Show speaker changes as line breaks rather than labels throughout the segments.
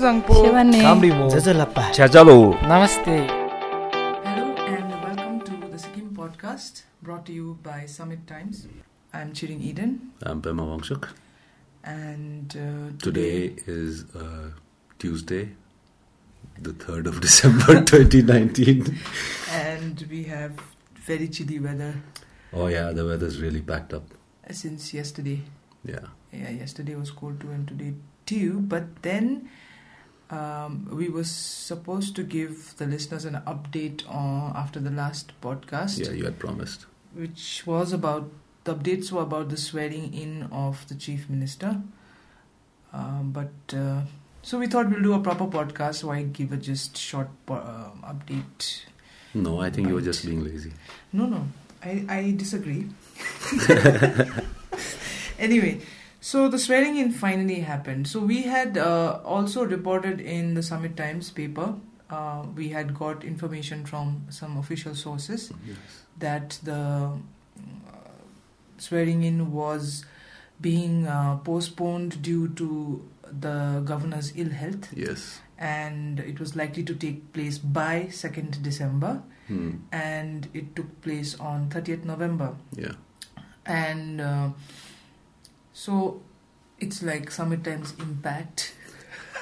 Zangpo,
ಶಿವನ್ನೇ.
Kamdibo,
ಜಜಲಪ್ಪ
Chajalo.
Namaste.
Hello and welcome to the Sikkim podcast brought to you by Summit Times. I'm Chiring Eden
I'm Pema Wangchuk.
and uh,
Today is uh, Tuesday, the 3rd of December 2019.
and we have very chilly weather
oh, yeah, the weather's really packed up.
since yesterday.
Yeah.
Yeah, yesterday was cold too and today too, but then um, we were supposed to give the listeners an update on after the last podcast.
Yeah, you had promised.
which was about the updates were about the swearing in of the chief minister. Um, but uh, so we thought we'll do a proper podcast. Why give a just short po- um update?
No, I think you were
Right.
just being lazy.
No, no, I I disagree. anyway, so the swearing in finally happened. So we had uh, also reported in the Summit Times paper. Uh, we had got information from some official sources that the uh, swearing in was being uh, postponed due to the governor's ill health
Yes.
and it was likely to take place by 2nd December
Hmm.
and it took place on 30th November
Yeah.
and uh, so it's like Summit Times impact.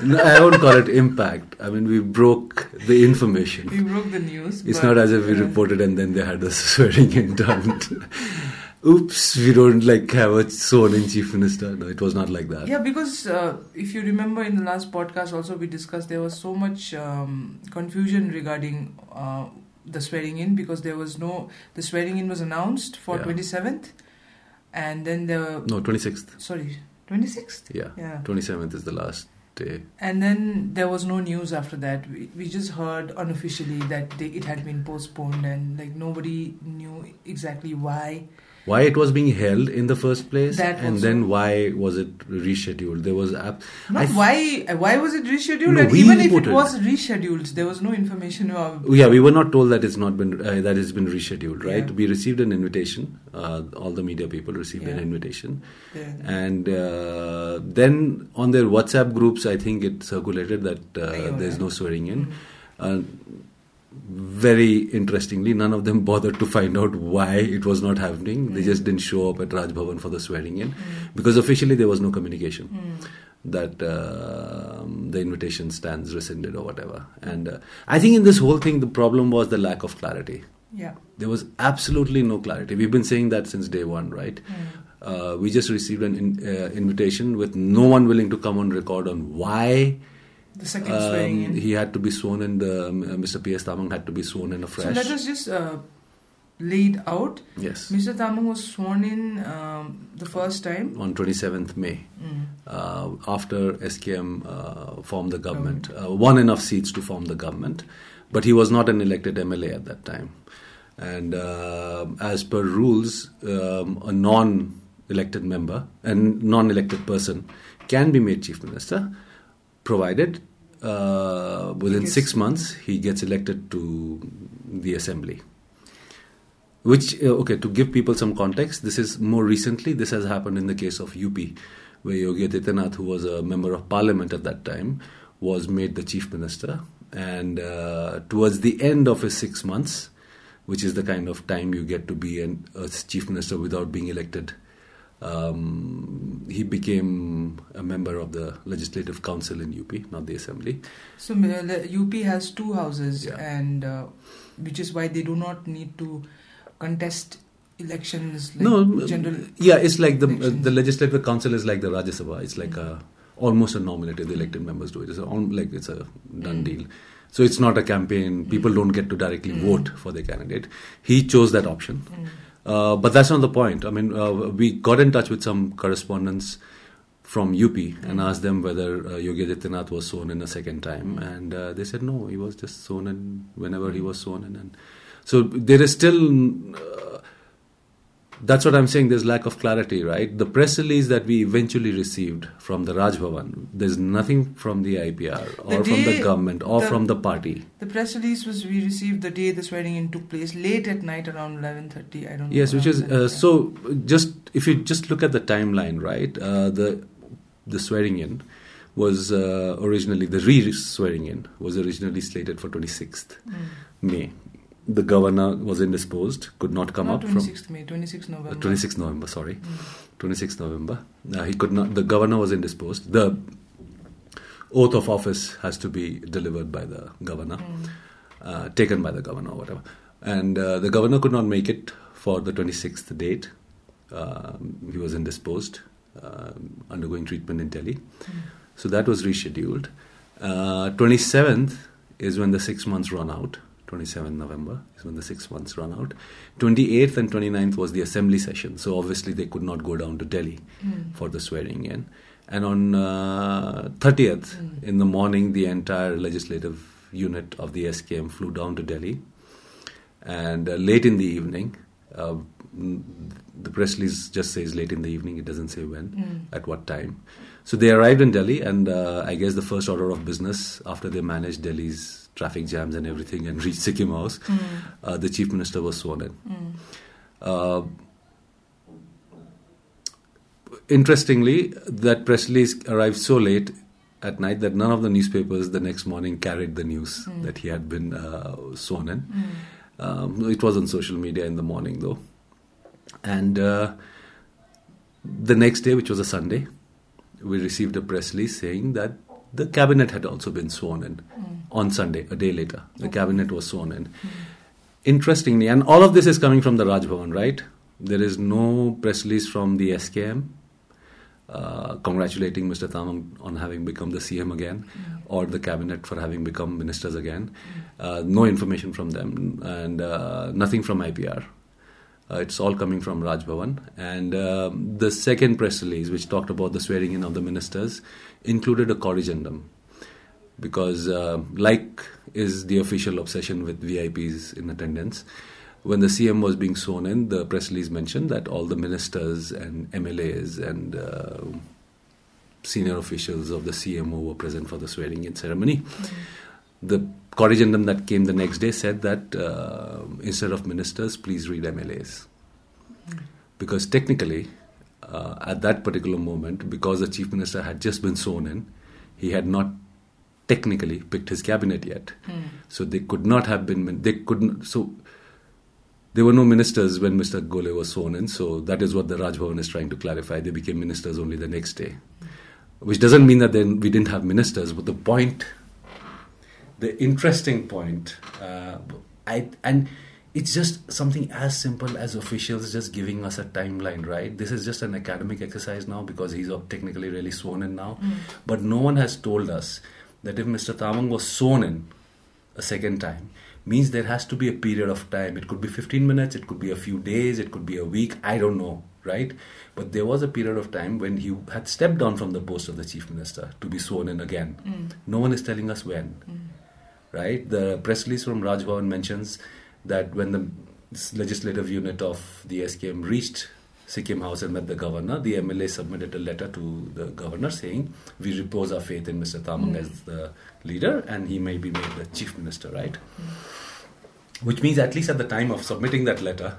No, I won't call it impact. I mean, we broke the information.
We broke the news.
It's
but,
not as if we
uh,
reported and then they had us swearing in done. Oops, we don't like have a sworn in chief minister. No, it was not like that.
Yeah, because uh, if you remember in the last podcast, also we discussed there was so much um, confusion regarding uh, the swearing in because there was no the swearing in was announced for
Yeah.
twenty seventh, and then the
No, 26th.
sorry twenty sixth.
Yeah.
Yeah,
27th is the last day.
and then there was no news after that. We, we just heard unofficially that they, it had been postponed, and like nobody knew exactly why.
Why it was being held in the first place,
That
and
also.
then why was it rescheduled? There was ab-
Not
I f-
why why was it rescheduled?
No,
and
we
even if it
reported.
was rescheduled, there was no information. About,
yeah, we were not told that it's not been uh, that it's been rescheduled, right?
Yeah.
We received an invitation. Uh, all the media people received an
Yeah.
invitation,
the-
and uh, then on their WhatsApp groups, I think it circulated that uh,
Ayyoda.
there's no swearing in. Uh, very interestingly, none of them bothered to find out why it was not happening. They just didn't show up at Raj Bhavan for the swearing in because officially there was no communication that um the invitation stands rescinded or whatever. And uh, I think in this whole thing, the problem was the lack of clarity.
yeah.
There was absolutely no clarity. We've been saying that since day one, right? Uh, we just received an in, uh, invitation with no one willing to come on record on why
The second swearing
um,
in.
he had to be sworn in. The um, uh, Mr. P.S. Tamang had to be sworn in
so
afresh.
let us just uh, lay it out.
yes,
Mr. Tamang was sworn in um, the first time.
on 27th May,
Mm.
uh, after SKM uh, formed the government, uh, won enough seats to form the government, but he was not an elected MLA at that time. And uh, as per rules, um, a non-elected member, a non-elected person, can be made chief minister, provided uh, within
gets-
six months he gets elected to the assembly. Which, uh, okay, to give people some context, this is more recently, this has happened in the case of UP, where Yogi Adityanath, who was a member of parliament at that time, was made the chief minister. And uh, towards the end of his six months, which is the kind of time you get to be an, a chief minister without being elected, um, he became a member of the Legislative Council in UP, not the Assembly.
So uh, the UP has two houses,
Yeah.
and uh, which is why they do not need to contest elections. Like
no, um,
general.
yeah, it's like the uh,
elections.
the Legislative Council is like the Rajya Sabha. It's like a almost a nominative. The elected members do it. It's a, al- like it's a
Mm.
done deal. So it's not a campaign. People don't get to directly vote for their candidate. He chose that option,
Hmm.
uh, but that's not the point. I mean, uh, we got in touch with some correspondents from UP
Mm-hmm.
and asked them whether uh, Yogi Adityanath was sworn in a second time,
Mm-hmm.
and uh, they said no, he was just sworn in whenever he was sworn in. And so there is still. Uh, that's what I'm saying. There's lack of clarity, right? The press release that we eventually received from the Raj Bhavan, there's nothing from the IPR or
The
from
day-
the government or
the-
from the party.
The press release was we received the day the swearing in took place, late at night around eleven thirty. I don't. know.
Yes, which
around
is
that, yeah.
uh, so. Just if you just look at the timeline, right? Uh, the the swearing in was uh, originally the re swearing in was originally slated for 26th
Hmm.
May. The governor was indisposed, could not come
Not
up from
26th May, 26th
uh,
November.
26th November. Sorry, 26th November. Uh, he could not. The governor was indisposed. The oath of office has to be delivered by the governor, uh, taken by the governor or whatever. And uh, the governor could not make it for the 26th date. Um he was indisposed, um undergoing treatment in Delhi.
Hmm.
So that was rescheduled. Uh, 27th is when the six months run out. 27th November is when the six months run out. 28th and 29th was the assembly session. So obviously they could not go down to Delhi for the swearing in. And on uh, 30th in the morning, the entire legislative unit of the SKM flew down to Delhi. And uh, late in the evening, uh, mm, the press release just says late in the evening, it doesn't say when, at what time. So they arrived in Delhi, and uh, I guess the first order of business after they managed Delhi's traffic jams and everything and reached Sikkim House, uh, the chief minister was sworn in. Uh, interestingly, that press release arrived so late at night that none of the newspapers the next morning carried the news that he had been uh, sworn in. Um, it was on social media in the morning, though. And uh, the next day, which was a Sunday, we received a press release saying that the cabinet had also been sworn in on Sunday, a day later. The cabinet was sworn in. Interestingly, and all of this is coming from the Raj Bhavan, right? There is no press release from the SKM uh, congratulating Mr. Tamam on having become the CM again or the cabinet for having become ministers again. Uh, no information from them and uh, nothing from IPR. Uh, it's all coming from Raj Bhavan. And um, the second press release, which talked about the swearing in of the ministers, included a corrigendum. Because, uh, like is the official obsession with VIPs in attendance, when the CM was being sworn in, the press release mentioned that all the ministers and MLAs and uh, senior officials of the CMO were present for the swearing in ceremony. The corrigendum that came the next day said that uh, instead of ministers, please read MLAs. Because technically, uh, at that particular moment, because the chief minister had just been sworn in, he had not technically picked his cabinet yet. So they could not have been, min- they couldn't, so there were no ministers when Mr. Gole was sworn in, so that is what the Raj Bhavan is trying to clarify. They became ministers only the next day, which doesn't mean that then we didn't have ministers. But the point, the interesting point, uh, I and it's just something as simple as officials just giving us a timeline, right? This is just an academic exercise now because he's technically really sworn in now, but no one has told us that if Mr. Tamang was sworn in a second time means there has to be a period of time it could be 15 minutes it could be a few days it could be a week i don't know right but there was a period of time when he had stepped down from the post of the chief minister to be sworn in again no one is telling us when right the press release from raj bhavan mentions that when the legislative unit of the skm reached Sikkim House and met the governor. The MLA submitted a letter to the governor saying, "We repose our faith in Mr. Tamang as the leader, and he may be made the chief minister." Right, which means at least at the time of submitting that letter,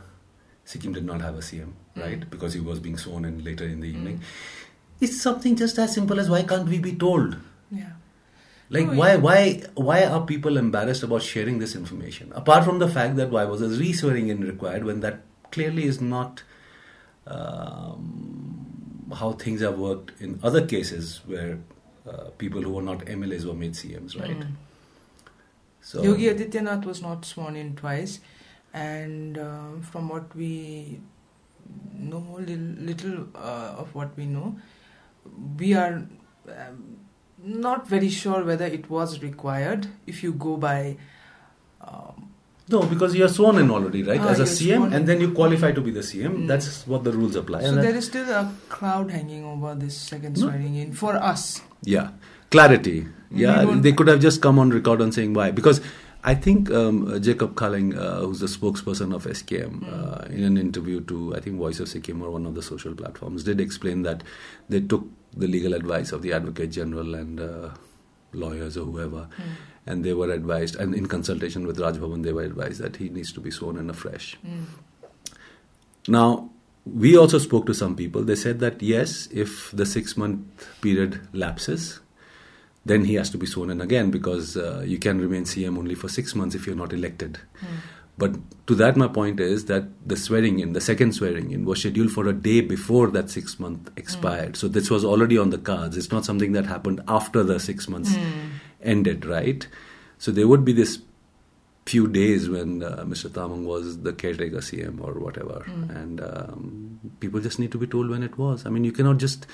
Sikkim did not have a CM, right, because he was being sworn in later in the evening. It's something just as simple as why can't we be told?
Yeah.
Like
No,
why why why are people embarrassed about sharing this information? Apart from the fact that why was a re-swearing in required when that clearly is not um, how things have worked in other cases where uh, people who were not MLAs were made CMs, right?
Mm. Hmm.
So
Yogi Adityanath was not sworn in twice, and uh, from what we know, li- little uh, of what we know, we are um, not very sure whether it was required. If you go by, um,
no, because you are sworn in already, right?
Ah,
As a
you're sworn
CM,
in.
and then you qualify to be the CM.
Mm.
That's what the rules apply.
so
and that-
there is still a cloud hanging over this second
No.
swearing in for us.
Yeah, clarity. Yeah,
We don't-
they could have just come on record on saying why. Because I think um, uh, Jacob Kalling, uh, who's the spokesperson of SKM, uh, in an interview to I think Voice of Sikkim or one of the social platforms, did explain that they took the legal advice of the Advocate General and uh, lawyers or whoever, and they were advised, and in consultation with Raj Bhavan, they were advised that he needs to be sworn in afresh. Now, we also spoke to some people. They said that yes, if the six month period lapses, then he has to be sworn in again because uh, you can remain CM only for six months if you're not elected. But to that, my point is that the swearing in, the second swearing in, was scheduled for a day before that six month expired. So this was already on the cards. It's not something that happened after the six
Hmm.
months ended, right? So there would be this few days when uh, Mr. Tamang was the caretaker CM or whatever. And um, people just need to be told when it was. I mean, you cannot just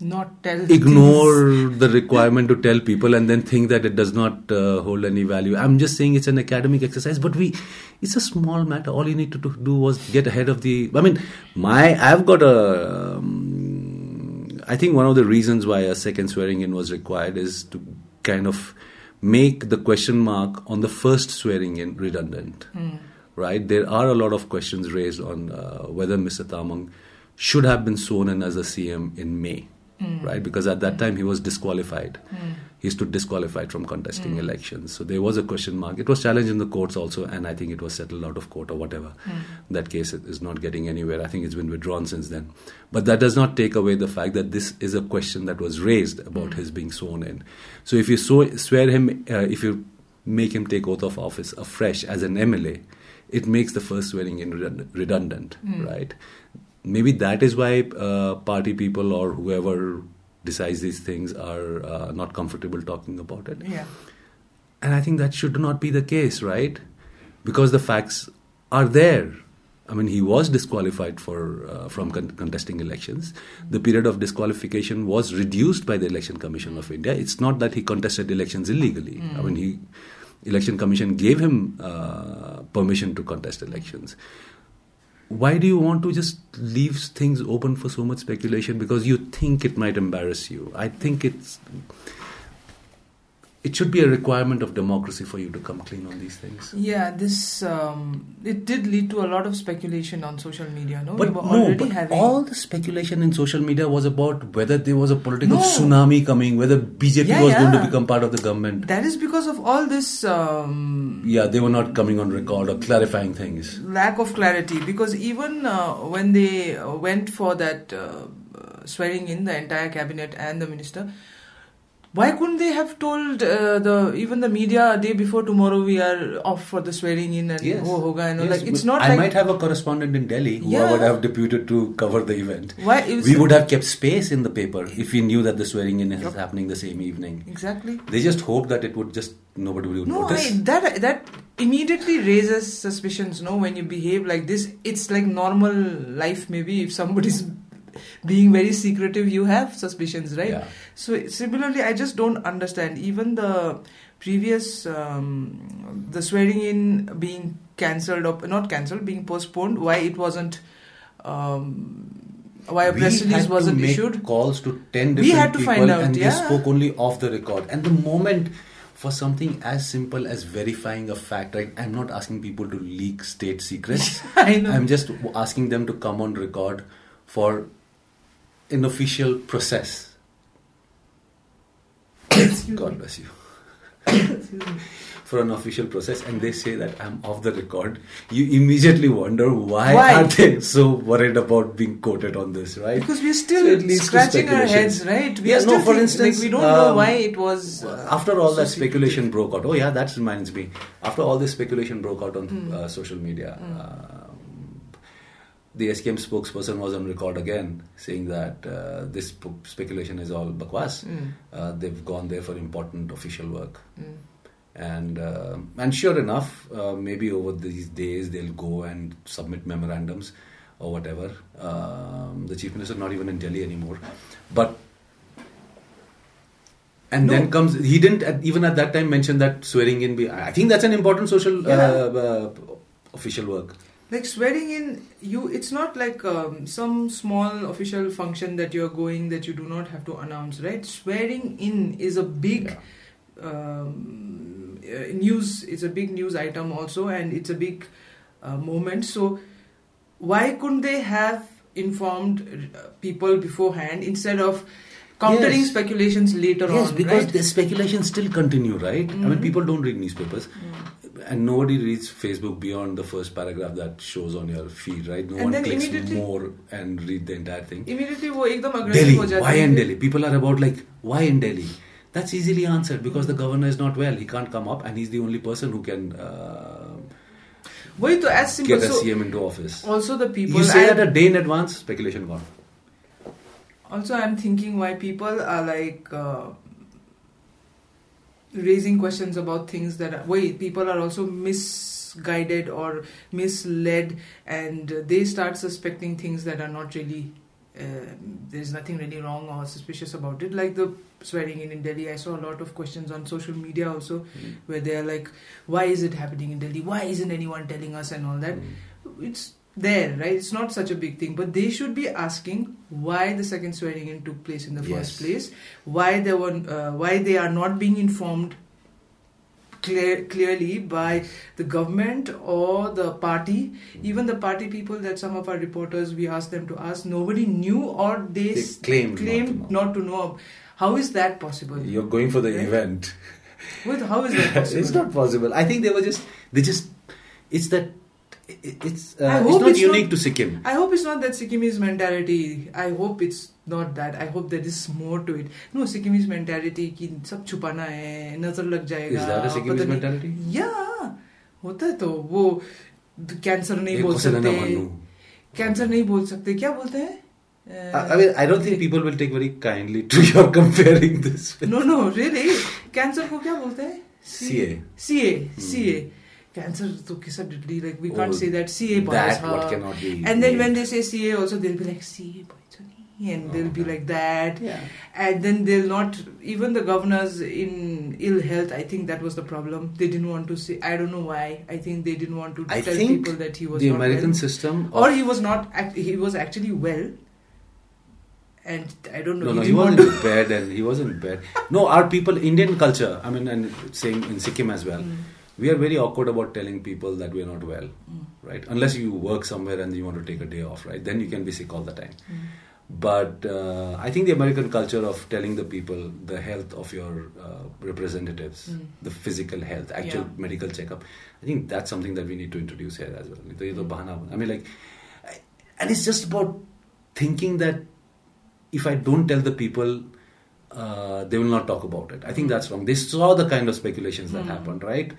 Not tell.
ignore the requirement to tell people and then think that it does not uh, hold any value i'm just saying it's an academic exercise but we it's a small matter all you need to do- do was get ahead of the i mean my i've got a um, i think one of the reasons why a second swearing in was required is to kind of make the question mark on the first swearing in redundant right? There are a lot of questions raised on uh, whether Mr. Tamang should have been sworn in as a CM in May, right? Because at that time he was disqualified. He stood disqualified from contesting elections. So there was a question mark. It was challenged in the courts also, and I think it was settled out of court or whatever. That case is not getting anywhere. I think it's been withdrawn since then. But that does not take away the fact that this is a question that was raised about his being sworn in. So if you so- swear him, uh, if you make him take oath of office afresh as an MLA, it makes the first swearing in redund- redundant, right? Maybe that is why uh, party people or whoever decides these things are uh, not comfortable talking about it.
Yeah.
And I think that should not be the case, right? Because the facts are there. I mean, he was disqualified for uh, from con- contesting elections. The period of disqualification was reduced by the Election Commission of India. It's not that he contested elections illegally. I mean, he Election Commission gave him uh, permission to contest elections why do you want to just leave things open for so much speculation because you think it might embarrass you i think it's it should be a requirement of democracy for you to come clean on these things
Yeah, this um, it did lead to a lot of speculation on social media. No,
but
we were
no,
already
but
having
all the speculation in social media was about whether there was a political
No.
tsunami coming, whether BJP
Yeah,
was going to
yeah.
become part of the government.
that is because of all this um,
Yeah, they were not coming on record or clarifying things.
lack of clarity because even uh, when they uh, went for that uh, uh, swearing in the entire cabinet and the minister why couldn't they have told uh, the even the media a day before tomorrow we are off for the swearing in and
Yes.
ho hoga and all
Yes,
like it's
but
not
I
like
might have a correspondent in Delhi who I
Yeah.
would have deputed to cover the event.
why it was,
we would have kept space in the paper if we knew that the swearing in is happening the same evening.
exactly
They just hoped that it would just nobody would
no
notice.
I, that that immediately raises suspicions no when you behave like this it's like normal life maybe if somebody's being very secretive you have suspicions right
Yeah.
So similarly, I just don't understand. Even the previous, um, the swearing in being cancelled or not cancelled, being postponed. Why it wasn't? Um, why a
We
press
had
release
to
wasn't
make
issued?
Calls to
We
ten different
had to
people,
find out,
and they
yeah.
spoke only off the record. And the moment for something as simple as verifying a fact, right? I'm not asking people to leak state secrets.
I know.
I'm just w- asking them to come on record for an official process. God bless you. for an official process and they say that I'm off the record, you immediately wonder why,
Why?
are they so worried about being quoted on this, right?
Because we're
So
still
it leads to
scratching our
speculation.
heads, right? We
Yeah,
are still
no, for
think-
instance,
like, we don't know
um,
why it was. uh,
after all
so
that
secretive.
speculation broke out, oh yeah, that reminds me. After all this speculation broke out on uh, social media, um, the SKM spokesperson was on record again saying that uh, this p- speculation is all bakwas. Uh, they've gone there for important official work. And uh, and sure enough, uh, maybe over these days they'll go and submit memorandums or whatever. Um, the chief minister not even in Delhi anymore, but and then comes he didn't at, even at that time mention that swearing in. Be, I think that's an important social uh,
Yeah.
uh, official work.
Like swearing in, you it's not like um, some small official function that you're going that you do not have to announce, right? Swearing in is a big um, uh, news. It's a big news item also, and it's a big uh, moment. So why couldn't they have informed uh, people beforehand instead of countering
Yes.
speculations later
Yes,
on?
because
right? Mm-hmm.
the speculations still continue, right? I mean, people don't read newspapers.
Mm.
and nobody reads Facebook beyond the first paragraph that shows on your feed, right? No
And
one
then
clicks
immediately-
more and read the entire thing.
Immediately वो एकदम
Delhi,
aggressive हो
why
जाते
in
हैं
Delhi? People are about like, why in Delhi? That's easily answered because the governor is not well. He can't come up, and he's the only person who can uh,
वही तो as
get
simple
a
so
CM into office.
Also the
you
people
say that a day in advance, speculation gone.
Also, I'm thinking why people are like uh, raising questions about things that are, wait, people are also misguided or misled, and they start suspecting things that are not really. Uh, there's nothing really wrong or suspicious about it. Like the swearing in in Delhi, I saw a lot of questions on social media also, where they are like, "Why is it happening in Delhi? Why isn't anyone telling us?" and all that
Mm.
it's there, right? It's not such a big thing, but they should be asking why the second swearing in took place in the
Yes.
first place, why they were, uh, why they are not being informed clear, clearly by the government or the party. Even the party people that some of our reporters we asked them to ask, nobody knew or they,
They
s-
claimed not
claimed
to know.
not to know. How is that possible?
You're going for the
Right?
event.
With how is that possible?
it's not possible. I think they were just they just it's that it- it's
I
uh, it's
hope
not
it's
unique
not-
to Sikkim.
I hope it's not that Sikkimese mentality. I hope it's not that. I hope there is more to it. No, Sikkimese mentality ki sab छुपाना है नजर लग जाएगा
Is that a
पता
Sikkimese
नहीं-
mentality?
Yeah, होता है तो वो कैंसर नहीं
एक
बोल
क्वेश्चन है ना,
सकते
मन्नू।
कैंसर नहीं बोल सकते क्या बोलते हैं Uh,
I, I mean, I don't think people will take very kindly to your comparing this. With
no no really cancer को क्या बोलते हैं
CA.
सीए सीए कैंसर तो किसा deadly like we can't
Hmm. Oh,
say that CA
that what cannot be
and then when
named.
They say CA also they will be like CA बॉयजनी and they will be
Oh,
like that
Yeah.
And then they'll not, even the governors in ill health, I think that was the problem. They didn't want to say, I don't know why. I think they didn't want to
I
tell
think
people that he was
the
not
American
well
system. Of,
or he was not act- he was actually well and i don't know
no, no, he
didn't
was
want
in bed and he was in bed. No, our people, Indian culture. I mean, and same in Sikkim as well.
Mm.
We are very awkward about telling people that we are not well,
Mm.
right? Unless you work somewhere and you want to take a day off, right? Then you can be sick all the time. But uh, I think the American culture of telling the people the health of your uh, representatives,
Mm.
the physical health, actual
Yeah.
medical checkup, I think that's something that we need to introduce here as well. ये तो बहाना- I mean, like, I- and it's just about thinking that if I don't tell the people, uh, they will not talk about it. I think that's wrong. They saw the kind of speculations that happened, right?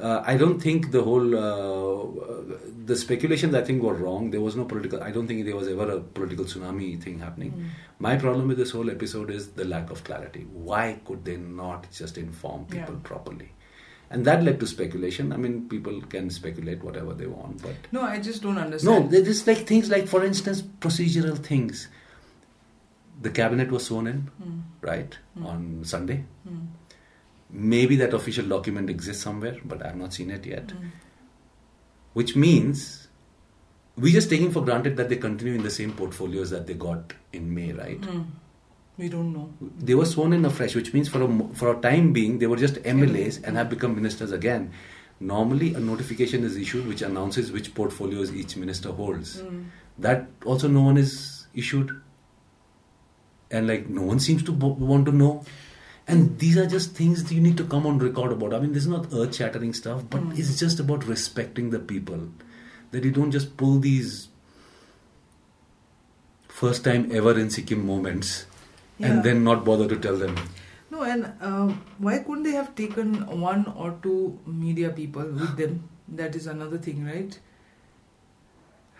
Uh, I don't think the whole uh, uh, the speculations I think were wrong. There was no political. I don't think there was ever a political tsunami thing happening. My problem with this whole episode is the lack of clarity. Why could they not just inform people
Yeah.
properly? And that led to speculation. I mean, people can speculate whatever they want, but
no i just don't
no,
understand
there- there's like things like, for instance, procedural things. The cabinet was sworn in,
Hmm,
right, on Sunday. Maybe that official document exists somewhere, but I've not seen it yet.
hmm.
Which means we're just taking for granted that they continue in the same portfolios that they got in May, right?
we don't know
They were sworn in afresh, which means for a mo- for a time being they were just MLAs and have become ministers again. Normally, a notification is issued which announces which portfolios each minister holds. That also no one is issued, and like no one seems to bo- want to know. And these are just things that you need to come on record about. I mean, this is not earth-shattering stuff, but it's just about respecting the people. That you don't just pull these first time ever in Sikkim moments
Yeah.
and then not bother to tell them.
no and uh, why couldn't they have taken one or two media people with them that is another thing right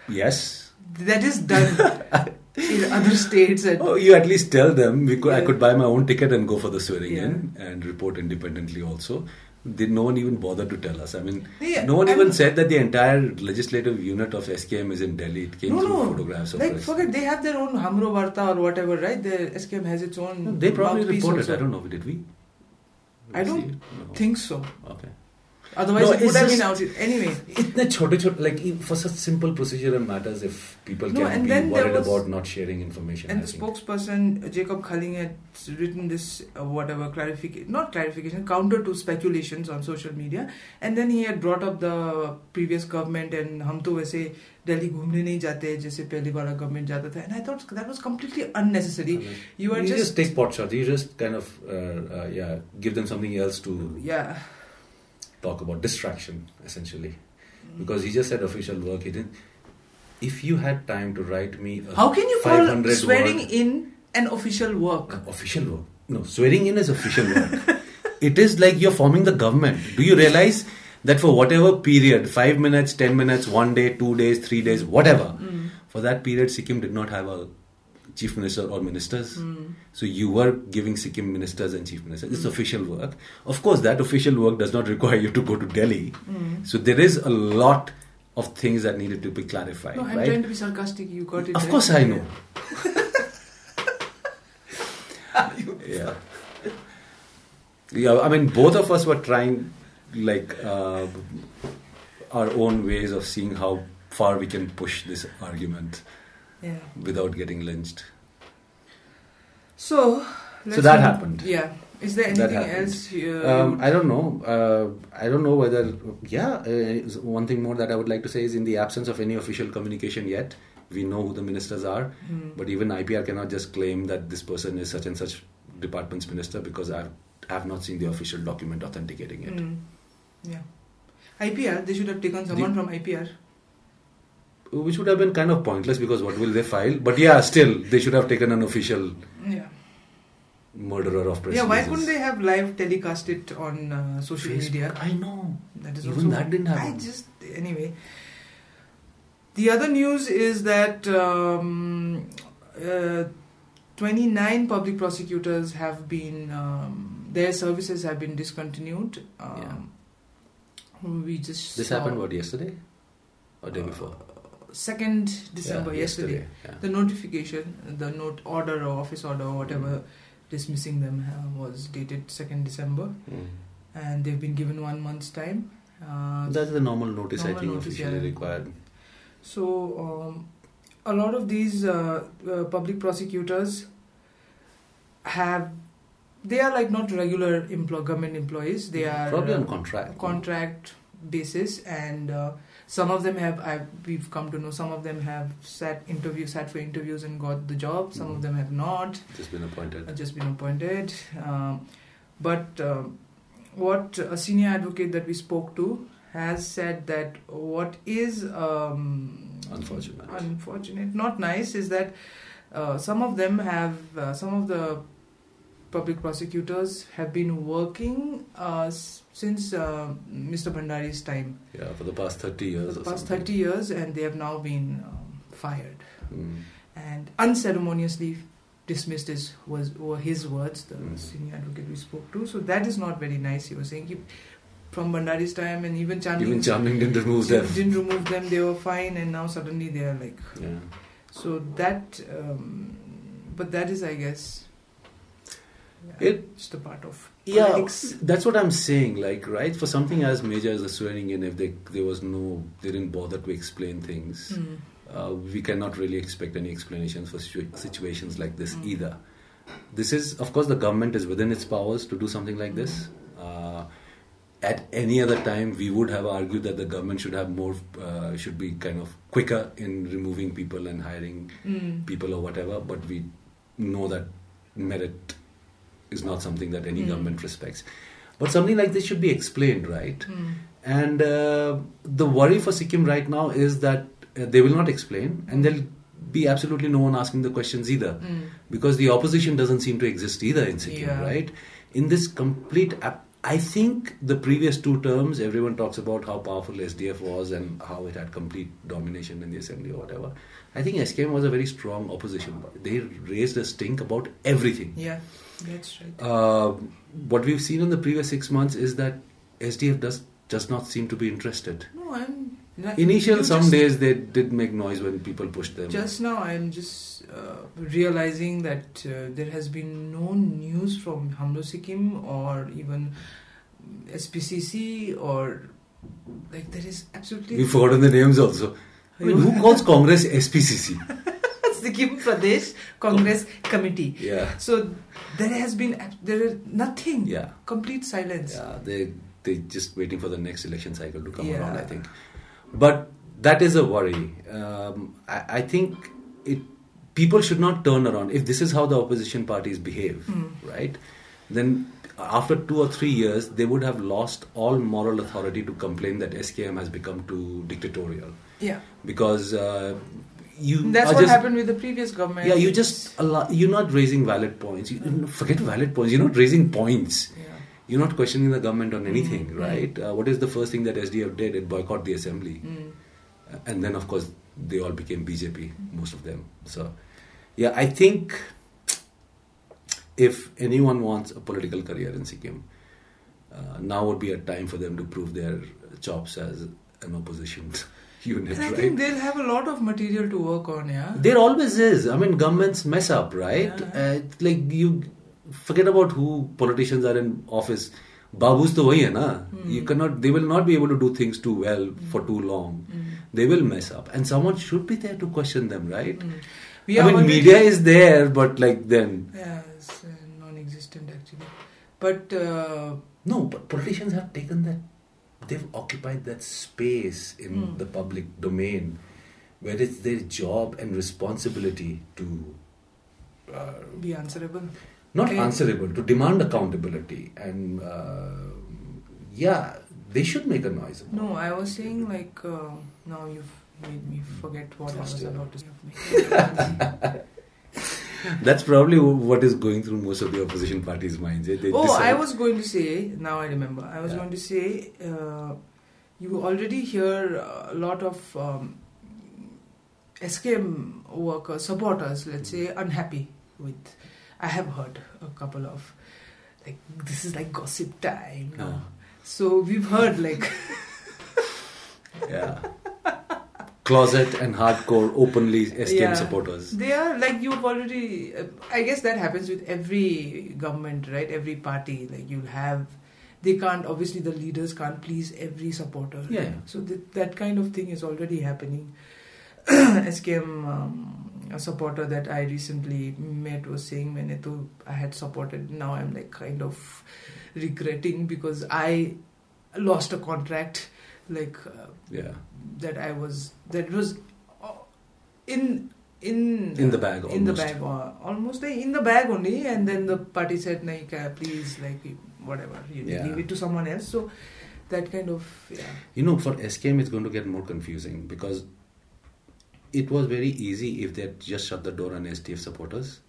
Yes.
that is done in other states and
Oh, you at least tell them. We could, I
Yeah.
could buy my own ticket and go for the swearing
Yeah.
in and report independently also. Did no one even bother to tell us? I mean,
Yeah,
no one
and-
even said that the entire legislative unit of SKM is in Delhi. It came
no,
through
no.
photographs of
like,
press.
forget they have their own Hamro Varta or whatever, right? The SKM has its
No,
own.
They probably
mouthpiece
reported.
also.
I don't know. Did we?
I
See
don't
it? No.
think so.
Okay.
Otherwise,
No,
it would
it's
have been out.
just-
Anyway,
इतने छोटे छोटे like if- for such simple procedural matters if people
No,
can
and
be
then there
worried
was-
about not sharing information
and
I
the
think.
spokesperson uh, Jacob Culling had written this uh, whatever clarification, not clarification, counter to speculations on social media, and then he had brought up the previous government and हम तो वैसे दिल्ली घूमने नहीं जाते जैसे पहले वाला government जाता था, and I thought that was completely unnecessary. You are
just,
just
take pot shots. You just kind of uh, uh, yeah, give them something else to
yeah.
talk about distraction essentially, because he just said official work. He didn't. If you had time to write me, a
How can you call
500
swearing
word-
in an official work?
official work? No, swearing in is official work. it is like you're forming the government. Do you realize that for whatever period, five minutes, ten minutes, one day, two days, three days, whatever, for that period, Sikkim did not have a chief minister or ministers. So you were giving Sikkim ministers and chief ministers. It's official work. Of course, that official work does not require you to go to Delhi. So there is a lot of things that needed to be clarified.
No, I'm
right?
trying to be sarcastic. You got it.
Of
right.
course, I know. yeah. Yeah, I mean, both of us were trying, like, uh, our own ways of seeing how far we can push this argument
Yeah.
without getting lynched.
So. let's
that
move-
happened.
Yeah. Is there
That
anything
happened.
else? You,
Um, I don't know. Uh, I don't know whether. Yeah, uh, one thing more that I would like to say is in the absence of any official communication yet, we know who the ministers are.
Hmm.
But even IPR cannot just claim that this person is such and such department's minister because I have not seen the official document authenticating it.
Mm. Yeah. IPR. They should have taken someone from IPR.
Which would have been kind of pointless because what will they file? But yeah, still, they should have taken an official
Yeah.
murderer of
yeah.
presidents.
Why couldn't they have live telecast it on uh, social media?
I know.
That is
Even
also
that didn't happen.
I just anyway. The other news is that um, uh, 29 public prosecutors have been um, their services have been discontinued. Um, We just
This
saw
happened what yesterday or day
Uh,
before?
second December
Yeah,
yesterday.
yeah.
The notification, the note order or office order or
Mm.
whatever dismissing them uh, was dated second December,
Mm.
and they've been given one month's time. Uh,
That's the normal notice I
Normal
think
notice,
officially
yeah.
required.
So, um, a lot of these uh, uh, public prosecutors have they are like not regular employ- government employees. They are
Mm. probably on
uh,
contract.
contract basis, and uh, some of them have I've, we've come to know. Some of them have sat interview sat for interviews and got the job. Some of
Mhm.
them have not
Just been appointed.
uh, just been appointed. Um, but um, what a senior advocate that we spoke to has said that what is um,
Unfortunate.
unfortunate, not nice, is that uh, some of them have uh, some of the public prosecutors have been working uh, s- since uh, Mr. Bhandari's time,
Yeah, for the past thirty
for
years.
the
or
past
something.
thirty years, and they have now been um, fired
Mm.
and unceremoniously dismissed his was were his words the
Mm.
senior advocate we spoke to so that is not very nice he was saying he, from Bandari's time and even
Even
Chandni
Chamling didn't remove them.
didn't remove them they were fine and now suddenly they are like
Yeah.
so that um, but that is I guess yeah,
It-
just a part of
Yeah,
politics
that's what I'm saying. Like, right, for something as major as the swearing in, if they, there was no, they didn't bother to explain things,
Mm.
uh, we cannot really expect any explanations for situ- situations like this
Mm.
either. This is, of course, the government is within its powers to do something like this. Uh, at any other time, we would have argued that the government should have more, uh, should be kind of quicker in removing people and hiring
Mm.
people or whatever, but we know that merit is not something that any
Mm.
government respects. But something like this should be explained, right?
Mm.
And uh, the worry for Sikkim right now is that uh, they will not explain, and there'll be absolutely no one asking the questions either,
Mm.
because the opposition doesn't seem to exist either in Sikkim,
Yeah.
right? In this complete, ap- I think the previous two terms, everyone talks about how powerful SDF was and how it had complete domination in the assembly or whatever. I think SKM was a very strong opposition. They raised a stink about everything.
yeah that's right
Uh, what we've seen in the previous six months is that SDF does does not seem to be interested.
no I'm like,
Initial
you
some
just-
days they did make noise when people pushed them.
Just now, I'm just uh, realizing that uh, there has been no news from Hamlo Sikkim or even SPCC or like there is absolutely
We've forgotten the names also. I mean, who calls Congress SPCC?
Sikkim Pradesh Congress Committee.
Yeah,
So there has been ab- there is nothing.
yeah,
Complete silence.
yeah. They they just waiting for the next election cycle to come
Yeah.
around. I think, but that is a worry. Um, I, I think it people should not turn around if this is how the opposition parties behave.
Mm.
right? Then after two or three years, they would have lost all moral authority to complain that SKM has become too dictatorial
Yeah.
because uh, you
That's
are
what
just,
happened with the previous government.
Yeah, you just allo- you're not raising valid points. You, forget valid points. You're not raising points.
Yeah.
You're not questioning the government on anything,
Mm.
right? Uh, what is the first thing that SDF did? It boycott the assembly,
Mm.
Uh, and then of course they all became BJP, most of them. So, yeah, I think if anyone wants a political career in Sikkim, uh, now would be a time for them to prove their chops as an opposition unit,
And I
right?
think they'll have a lot of material to work on, yeah.
There always is. I mean, governments mess up, right?
Yeah.
Uh, it's like you forget about who politicians are in office. Babus to wahi hai na.
Hmm.
You cannot. They will not be able to do things too well for too long.
Hmm.
They will mess up, and someone should be there to question them, right?
Hmm. We
I
are
mean,
already-
media is there, but like then
Yeah, it's uh, non-existent actually. But uh,
no. But politicians have taken that. They've occupied that space in
Hmm.
the public domain, where it's their job and responsibility to. Uh,
be answerable.
not
Okay.
answerable to demand accountability and uh, yeah they should make a noise about
No, I was saying like uh, now you've made me forget what I was
Faster.
about to say.
it. that's probably wh- what is going through most of the opposition parties' minds eh? They
oh, I
decide-
was going to say. Now I remember. I was
Yeah.
going to say. Uh, you already hear a lot of um, SKM workers, supporters, let's say,
Mm-hmm.
unhappy with. I have heard a couple of like this is like gossip time.
Ah,
So we've heard like
yeah closet and hardcore openly SKM
Yeah.
supporters
they are like you've already. Uh, I guess that happens with every government, right? Every party, like you'll have. They can't obviously the leaders can't please every supporter.
Yeah, yeah.
So th- that kind of thing is already happening. SKM um, a supporter that I recently met was saying, "मैंने तो I had supported. Now I'm like kind of regretting because I lost a contract. Like uh,
yeah
that I was that was uh, in in
In the bag,
in the
almost.
bag uh, almost uh, in the bag only and then the party said like uh, please like you- whatever you
Yeah.
give it to someone else so that kind of yeah
you know for SKM it's going to get more confusing because it was very easy if they had just shut the door on STF supporters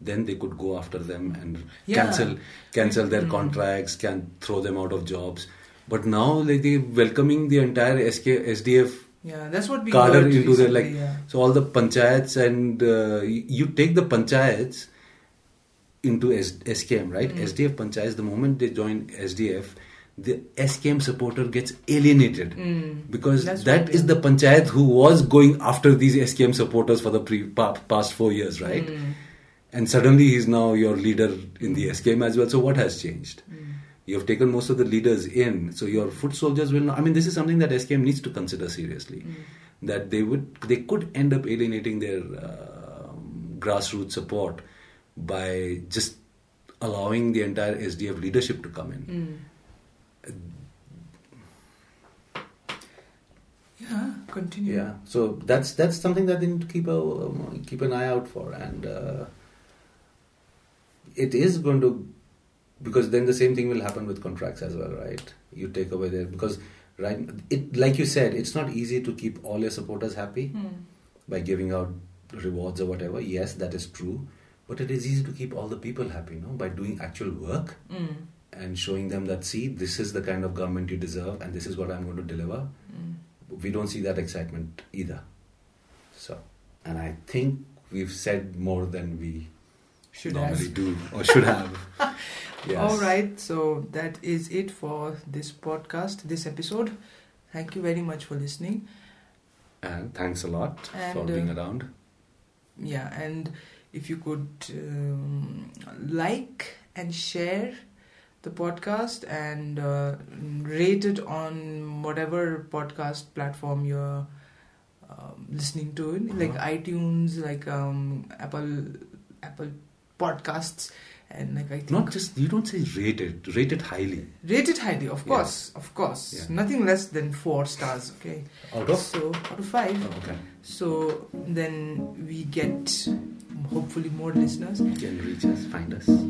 then they could go after them and
Yeah.
cancel cancel their
Mm.
contracts, can throw them out of jobs. But now like, they're welcoming the entire SK, SDF
yeah that's what we
cadre
heard
into their like.
recently, yeah.
So all the panchayats and uh, y- you take the panchayats into S- SKM, right?
Hmm.
SDF panchayats. The moment they join SDF, the SKM supporter gets alienated
Mm.
because
That's
that
right,
is
yeah.
the panchayat who was going after these SKM supporters for the pre- pa- past four years, right? And suddenly he's now your leader in the SKM as well. So what has changed? You have taken most of the leaders in, so your foot soldiers will. Not, I mean, this is something that SKM needs to consider seriously. That they would, they could end up alienating their uh, grassroots support by just allowing the entire SDF leadership to come in.
Hmm.
Uh,
yeah continue
Yeah, so that's that's something that they need to keep a um, keep an eye out for, and uh, it is going to because then the same thing will happen with contracts as well, right? You take away their because right, it like you said, it's not easy to keep all your supporters happy
Hmm.
by giving out rewards or whatever. Yes, that is true, but it is easy to keep all the people happy, no, by doing actual work
Mm.
and showing them that see, this is the kind of government you deserve, and this is what I'm going to deliver
Mm.
we don't see that excitement either. So, and I think we've said more than we
should
normally
have
do or should have. yes.
all right so that is it for this podcast this episode thank you very much for listening
And thanks a lot for
And, uh,
being around.
yeah and if you could um, like and share the podcast and uh, rate it on whatever podcast platform you're um, listening to it like
Uh-huh.
itunes like um, apple apple podcasts and like i think
Not just you don't say rated, rated highly
rate it highly of
Yeah.
course of course
Yeah.
nothing less than four stars okay
out of.
so out of five
Oh, okay,
so then we get hopefully more listeners
you can reach us, find us.